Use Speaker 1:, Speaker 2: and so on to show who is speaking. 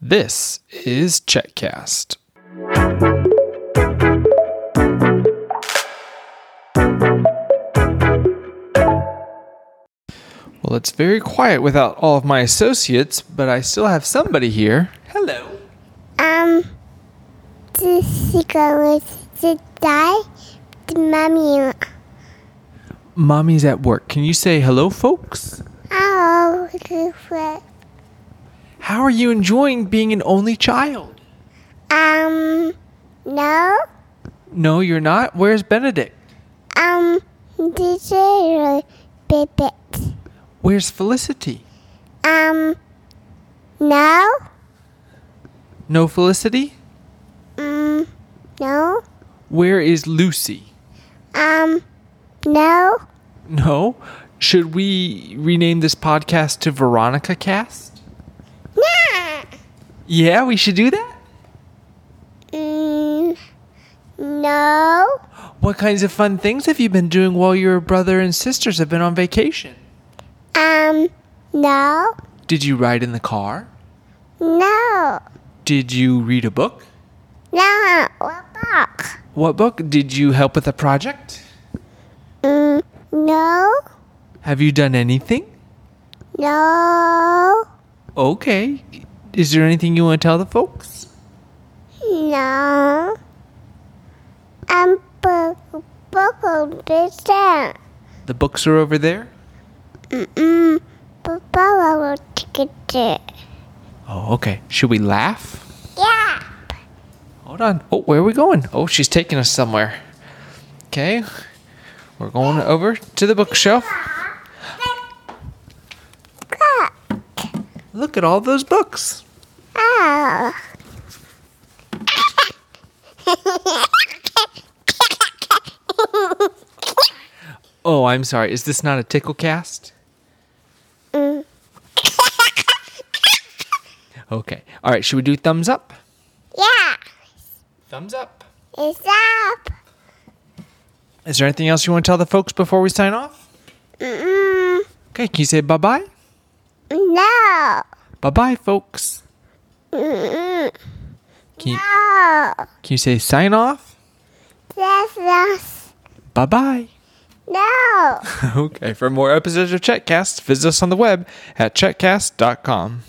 Speaker 1: This is Checkcast. Well, it's very quiet without all of my associates, but I still have somebody here. Hello.
Speaker 2: Um, this is going to die. The mommy.
Speaker 1: Mommy's at work. Can you say hello, folks?
Speaker 2: Oh, this is-
Speaker 1: How are you enjoying being an only child?
Speaker 2: um, no.
Speaker 1: No, you're not. Where's Benedict?
Speaker 2: Um, this is a baby.
Speaker 1: Where's Felicity?
Speaker 2: Um, no.
Speaker 1: No Felicity?
Speaker 2: Um, no.
Speaker 1: Where is Lucy?
Speaker 2: Um, no.
Speaker 1: No. Should we rename this podcast to Veronica Cast?
Speaker 2: Nah.
Speaker 1: Yeah, we should do that.
Speaker 2: Mm, no.
Speaker 1: What kinds of fun things have you been doing while your brother and sisters have been on vacation?
Speaker 2: Um, no.
Speaker 1: Did you ride in the car?
Speaker 2: No.
Speaker 1: Did you read a book?
Speaker 2: No. What about?
Speaker 1: What book? Did you help with a project?
Speaker 2: Mm, no.
Speaker 1: Have you done anything?
Speaker 2: No.
Speaker 1: Okay. Is there anything you want to tell the folks?
Speaker 2: No. I'm buckled this down.
Speaker 1: The books are over there.
Speaker 2: Mm-mm. But Baba will take it there.
Speaker 1: Oh, okay. Should we laugh?
Speaker 2: Yeah.
Speaker 1: Hold on. Oh, where are we going? Oh, she's taking us somewhere. Okay. We're going over to the bookshelf. Look at all those books.
Speaker 2: Oh.
Speaker 1: Oh, I'm sorry. Is this not a tickle cast? Mm. Okay. All right. Should we do thumbs up?
Speaker 2: yeah.
Speaker 1: Thumbs up.
Speaker 2: It's up.
Speaker 1: Is there anything else you want to tell the folks before we sign off?
Speaker 2: Mm-mm.
Speaker 1: Okay. Can you say bye bye?
Speaker 2: No.
Speaker 1: Bye bye, folks.
Speaker 2: Mm-mm.
Speaker 1: Can you,
Speaker 2: No.
Speaker 1: can you say sign off?
Speaker 2: That's us.
Speaker 1: Bye bye.
Speaker 2: No.
Speaker 1: okay. For more episodes of Checkcast, visit us on the web at checkcast.com.